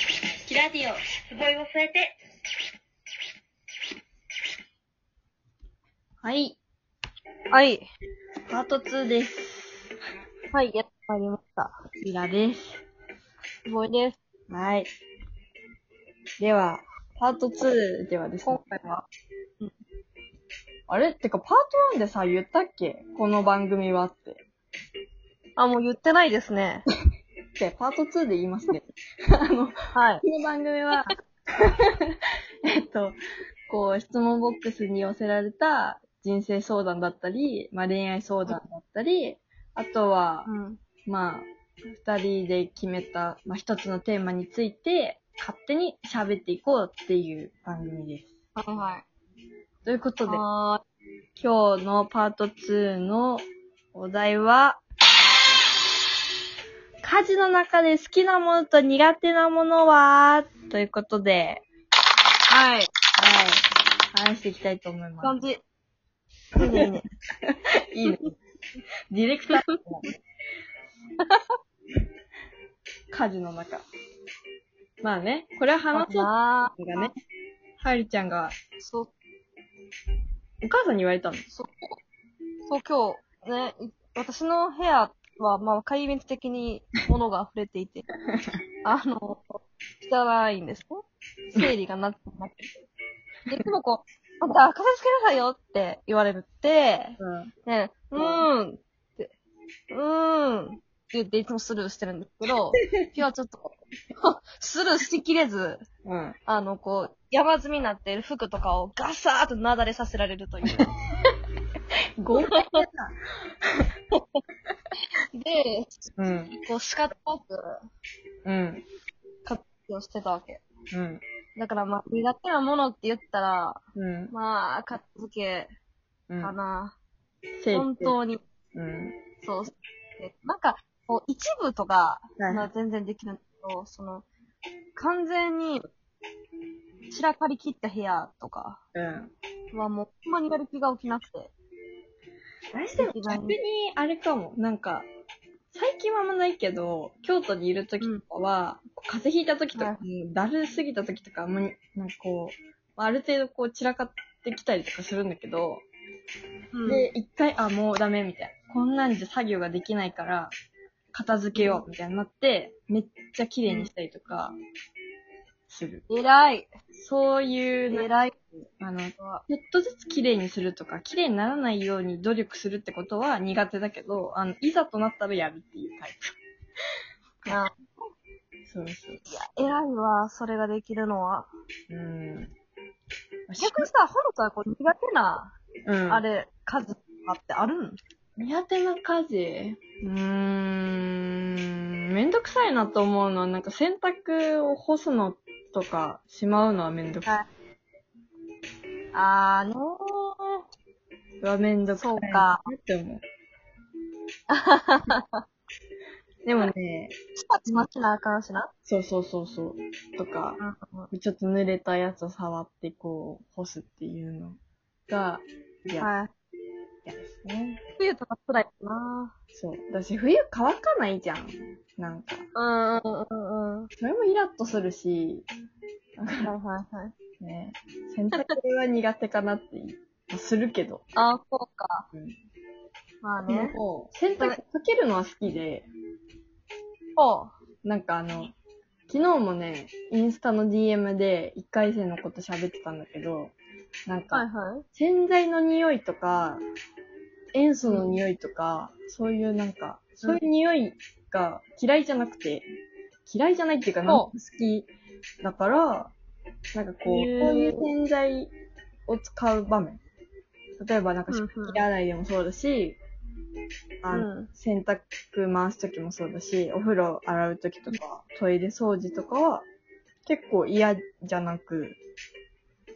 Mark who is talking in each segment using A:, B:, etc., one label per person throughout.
A: ラディオ、すごいを添えて。
B: はい、
C: はい。
B: パート2です。
C: はい、やってまいりました。
B: ミラです。
C: すごいです。
B: はい。では、パート2ではですね
C: 今。回は。
B: あれってか、パート1でさ、言ったっけこの番組はって。
C: あ、もう言ってないですね。
B: で、パート2で言います ね。あの、こ
C: はい。
B: の番組は、 えっと、こう、質問ボックスに寄せられた人生相談だったり、まあ、恋愛相談だったり、あとは、
C: うん。
B: まあ、二人で決めた、まあ、一つのテーマについて、勝手に喋っていこうっていう番組です。
C: は
B: というこ
C: い。
B: とで、
C: は
B: 今日のパート2のお題は、家事の中で好きなものと苦手なものはということで、
C: ーい。はい。
B: はい。話していきたいと思いま
C: 感じ。いいね、いいね。
B: す。いいね。ディレクター。家事の中。まあね、これは話そう
C: な
B: がね、はりちゃんが、
C: そう、
B: お母さんに言われたの。
C: そう、そう今日、ね、い私の部屋は、まあ、壊滅的に物が溢れていて、あの、汚いんですね。整理がなくなってて。で、いつもこう、あんた、片付けなさいよって言われるって、
B: うん。
C: ね、うーんって、うーんって言っていつもスルーしてるんですけど、今日はちょっと、 スルーしきれず、
B: うん。
C: あの、こう、山積みになっている服とかをガサーッとなだれさせられるという。
B: 豪快だな。
C: で、
B: うん。
C: こう、仕方なく
B: うん。
C: 活用してたわけ。
B: うん。
C: だからまあ、苦手なものって言ったら、
B: うん。
C: まあ、片付け
B: うん。
C: かな。
B: 整理
C: 本当に。
B: うん。
C: そう。でなんか、こう、一部とか、
B: はい
C: まあ全然できるんだけど、その、完全に、散らかりきった部屋とか
B: うん。
C: はもう、ほんまにやる気が起きなくて。
B: 大しても逆に、あれかも。なんか、最近はあんまないけど、京都にいる時とかは、こう風邪ひいた時とか、
C: は
B: もうだるすぎた時とか、あんまり、なんかこう、ある程度こう散らかってきたりとかするんだけど、
C: うん、
B: で、一回、あ、もうダメ、みたいな。こんなんじゃ作業ができないから、片付けよう、みたいになって、めっちゃ綺麗にしたりとか、する。
C: 偉い。
B: そういう、なんか
C: 偉い。
B: あの、ちょっとずつ綺麗にするとか、綺麗にならないように努力するってことは苦手だけど、あの、いざとなったらやるっていうタイ
C: あ
B: プ。そうそう。
C: 偉いわ、それができるのは。
B: うん。
C: 逆にさ、ホロちゃん、こう、苦手な、
B: うん、
C: あれ、数とかってあるん
B: 苦手な家事うーん、めんどくさいなと思うのは、なんか洗濯を干すのとかしまうのはめんどくさ
C: あーね
B: い。はめんどくさい。
C: そうか。
B: って思 う。でもね、
C: ー。ちまちまちなあかんしな。
B: そうそうそうそう。とか、
C: うん。
B: ちょっと濡れたやつを触ってこう、干すっていうのが嫌嫌
C: はい。
B: ですね。
C: 冬とか辛いかな。
B: そう。だし、冬乾かないじゃん。なんか。
C: うんうんうんうん。
B: それもイラッとするし、
C: はいはいはい。
B: ね、洗濯は苦手かなっていう。するけど。
C: ああ、そうか。
B: うん
C: まあ
B: で
C: ね。
B: も、洗濯かけるのは好きで、
C: そ
B: なんかあの、昨日もね、インスタの DM で1回生のこと喋ってたんだけど、なん
C: う。
B: か、
C: はいはい。
B: 洗剤の匂いとか、塩素の匂いとか、そういうなんか、そういう匂いが嫌いじゃなくて、嫌いじゃないっていうか、
C: う
B: なんか好きだから、なんかこう、こう
C: へー
B: いう洗剤を使う場面。例えばなんか
C: うんう
B: 食
C: ん
B: 器洗いでもそうだし、あの、
C: うん
B: 洗濯回すときもそうだし、お風呂洗うときとか、トイレ掃除とかは、結構嫌じゃなく、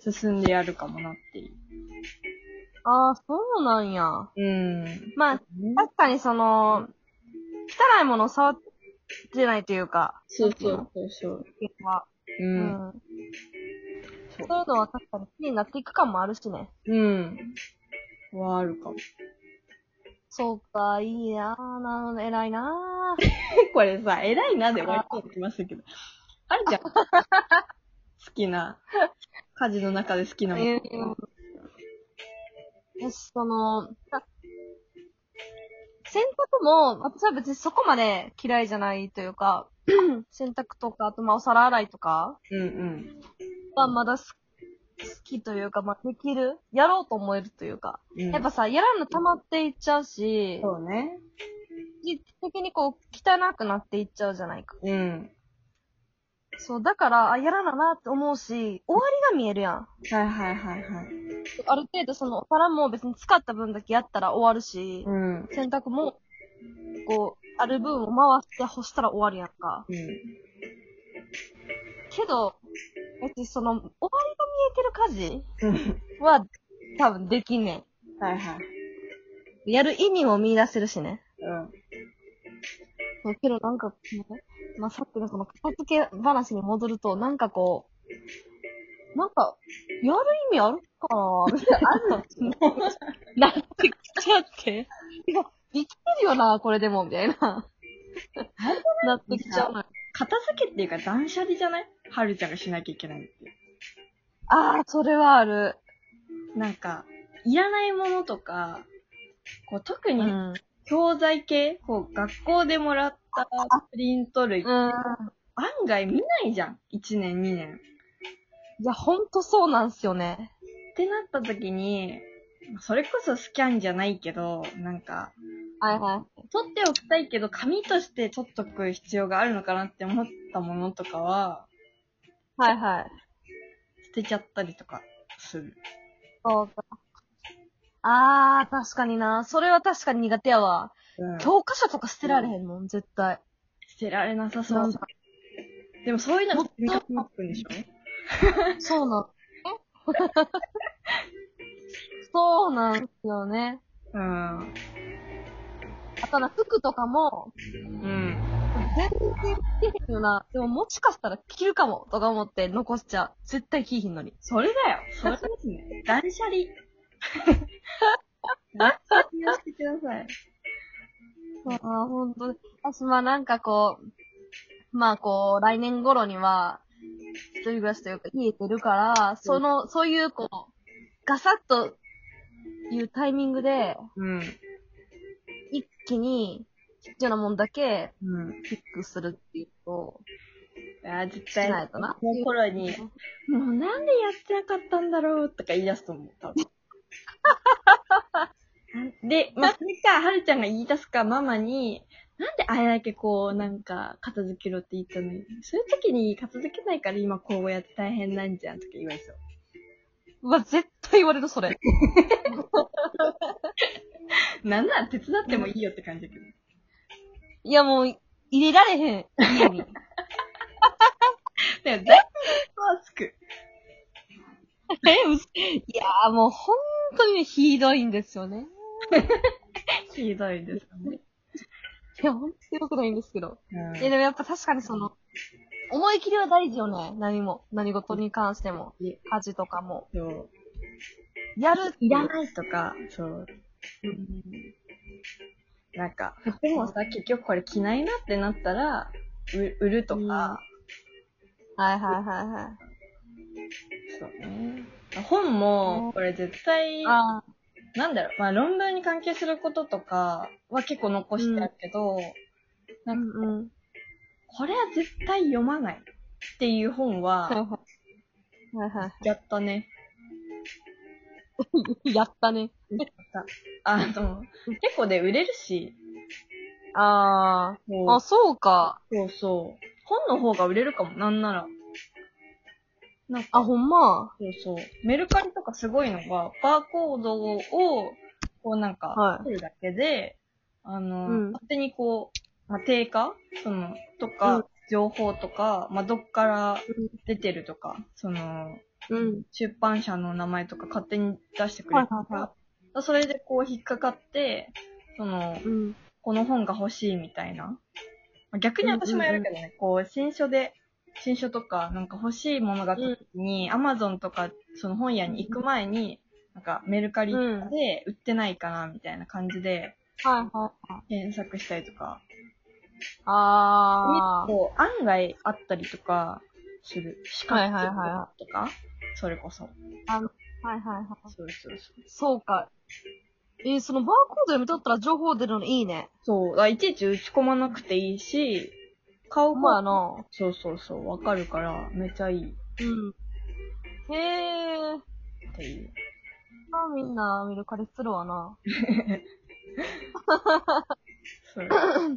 B: 進んでやるかもなっていう。
C: ああ、そうなんや。
B: うん。
C: まあ、確かにその、汚いものを触ってないというか、
B: そうそうそうそう。
C: は
B: う。
C: うんん。そういうのは確かに気になっていく感もあるしね。
B: うん。はあるかも。
C: そうか、いいなぁ、なの偉いなぁ。
B: これさ、偉いなで終わりそうな気がするけど。あるじゃん。好きな、家事の中で好きなもの。
C: ええその、あ洗濯も、私は別にそこまで嫌いじゃないというか、 洗濯とか、あとまあお皿洗いとか
B: うんうん。
C: はまだ好き好きというか、まあできる。やろうと思えるというか。
B: うん、
C: やっぱさ、やらんの溜まっていっちゃうし、
B: そうね。
C: 実質的にこう汚くなっていっちゃうじゃないか。
B: うん。
C: そう、だから、あ、やらななって思うし、終わりが見えるやん。
B: はいはいはいはい。
C: ある程度そのお皿も別に使った分だけやったら終わるし、
B: うん。うん。
C: 洗濯も、こう、ある分を回して干したら終わるやんか。けど、別にその、終わりが見えてる家事は、多分できんね
B: はいはい。
C: ん。やる意味も見出せるしね。
B: うん。
C: そうけどなんか、ねまあ、さっきのその片付け話に戻ると、なんかこう、なんか、やる意味あるかなみたい な、あるのなってきちゃって。いや、できてるよな、これでも、みたいな。なってきちゃうのよ。
B: 片付けっていうか断捨離じゃないはるちゃんがしなきゃいけないっていう。
C: ああ、それはある。
B: なんか、いらないものとか、こう特
C: う
B: に
C: ん。
B: 教材系、こう学校でもらったプリント類、案
C: うん。
B: 外見ないじゃん。1年、2年。
C: いや、ほんとそうなんすよね。
B: ってなった時に、それこそスキャンじゃないけど、なんか、
C: はいは
B: 取っておきたいけど、紙として取っとく必要があるのかなって思ったものとかは、
C: い。はいはい。
B: 捨てちゃったりとかする。
C: そうか。ああ、確かにな。それは確かに苦手やわ。
B: うん
C: 教科書とか捨てられへんもん、絶対。
B: 捨てられなさそ
C: な。
B: うん
C: か
B: でもそういうの
C: も
B: が
C: っ
B: 積
C: と
B: み重なってくんでしょ
C: そう なん。そうなんですよね。
B: うん。
C: あとな、服とかも、
B: うん。
C: 全然着てへんよな。でももしかしたら着るかも、とか思って残しちゃう。絶対着いひんのに。
B: それだよ。それですね。断捨 離。断捨離をしてください。
C: ああ、ほんと。私、まあなんかこう、まあこう、来年頃には、一人暮らしというか、家出るから、その、そういうこう、ガサッと、いうタイミングで、
B: うん。
C: 一気に、必要なもんだけ、
B: うん。
C: ピックするっていうのを
B: あー絶
C: しな
B: 対、
C: いとな。
B: この頃に、もうなんでやってなかったんだろうとか言い出すと思う、多分。 で、まあ、それか、はるちゃんが言い出すか、ママに、なんであれだけこう、なんか、片付けろって言ったのに、そういう時に片付けないから今こうやって大変なんじゃんとか言われそう。
C: うわ、絶対言われる、それ。
B: なんなら手伝ってもいいよって感じだけど。
C: いや、もう、入れられへん、家 に。
B: でも、だいぶはつく。
C: え、ういやー、もう、本当にひどいんですよね。
B: ひどいですよね。
C: いや、本当に良くないんですけど。
B: うん
C: いや、でもやっぱ確かにその、思い切りは大事よね。何も。何事に関しても。
B: い
C: 家事とかも。
B: そう。
C: やる。
B: いらないとか、そう。
C: うん
B: なんか、でもさ、結局これ着ないなってなったら、う売るとか、
C: はいはいはいはい。
B: そうね。本も、これ絶対、
C: あ
B: なんだろう、まあ論文に関係することとかは結構残してあるけど、
C: あ。うんうん。
B: これは絶対読まないっていう本
C: はい
B: は、
C: はい。はいは
B: やったね。
C: い。 やったね。
B: あの、結構で売れるし、
C: ああ。
B: も
C: あ、
B: う、
C: そうか。
B: そうそう。本の方が売れるかも、なんなら。なんか、
C: あ、ほんま。
B: そうそう。メルカリとかすごいのが、バーコードを、こうなん
C: は
B: か
C: い、
B: 取るだけで、あの、
C: うん
B: 勝手にこう、まあ、定価その、とか、
C: うん
B: 情報とか、まあ、どっから出てるとか、その、
C: うん。
B: 出版社の名前とか勝手に出してくれるから、
C: はいはいは
B: それでこう引っかかって、その、
C: うん。
B: この本が欲しいみたいな。まあ逆に私もやるけどね、こう、新書で、新書とか、なんか欲しいものがあった時に、アマゾンとか、その本屋に行く前に、なんかメルカリとかで売ってないかな、みたいな感じで
C: はいはいはい。
B: 検索したりとか。
C: ああ。
B: こう、案外あったりとか、する。四
C: は
B: 角
C: いはいはいは
B: とかそれこそ。
C: はいはいはい。
B: そうそうそう。
C: そうか。えーそのバーコード読み取ったら情報出るのいいね。
B: そう、だからいちいち打ち込まなくていいし、顔も、
C: まあの、
B: そうそうそう、わかるから、めちゃいいっ
C: うん。へえ。
B: ていう。
C: まあみんな見るかりするわな。
B: そ
C: 確
B: う。
C: か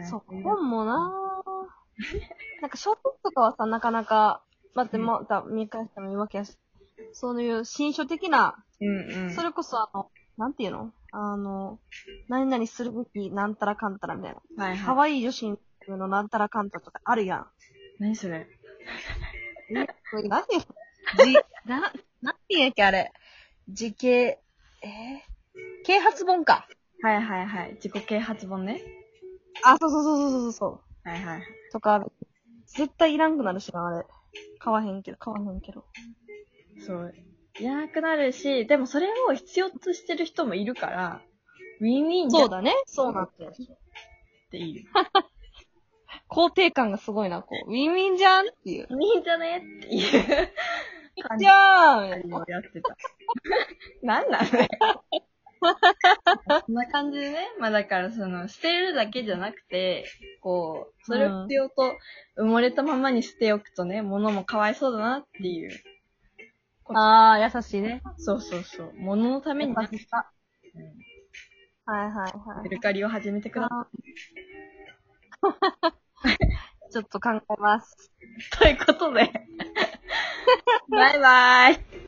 C: に。そうか、本もなぁ。なんか小説とかはさ、なかなか、待って、
B: うん
C: また見返してもいいわけやし、そういう新書的な、
B: うんうん。
C: それこそあの、なんていうのあの、何々するべきなんたらかんたらみたいな。
B: はい
C: 可
B: は
C: 愛い女子のなんたらかんたらとかあるやん。
B: い。何それ
C: え、これ何じ、な、なんて言うんやっけ、あれ。時系、えー啓発本か。
B: はいはいはい。自己啓発本ね。
C: あ、そうそうそうそうそうそう。
B: はいはい。
C: とかある、絶対いらんくなるしな、あれ。買わへんけど、買わへんけど。
B: そう。いらなくなるし、でもそれを必要としてる人もいるから、ウィンウィンじゃ
C: そ
B: ん
C: う
B: っ
C: だね。そうなんだよ。
B: ていう。
C: 肯定感がすごいな、こう。ウィンウィンじゃんっていう。
B: ウィンウィンじゃねっていう感
C: じ
B: じ
C: ゃーん
B: でやって た。なんなんだよ。そんな感じでね。まあだからその、捨てるだけじゃなくて、こう、それを必要と、埋もれたままに捨ておくとね、物もかわいそうだなっていう。
C: あー、優しいね。
B: そうそうそう。物のために、ね、
C: 優しさ。はいはいは
B: メ
C: い。
B: ルカリを始めてくださ
C: あー ちょっと考えます。
B: い。ということで、バイバイ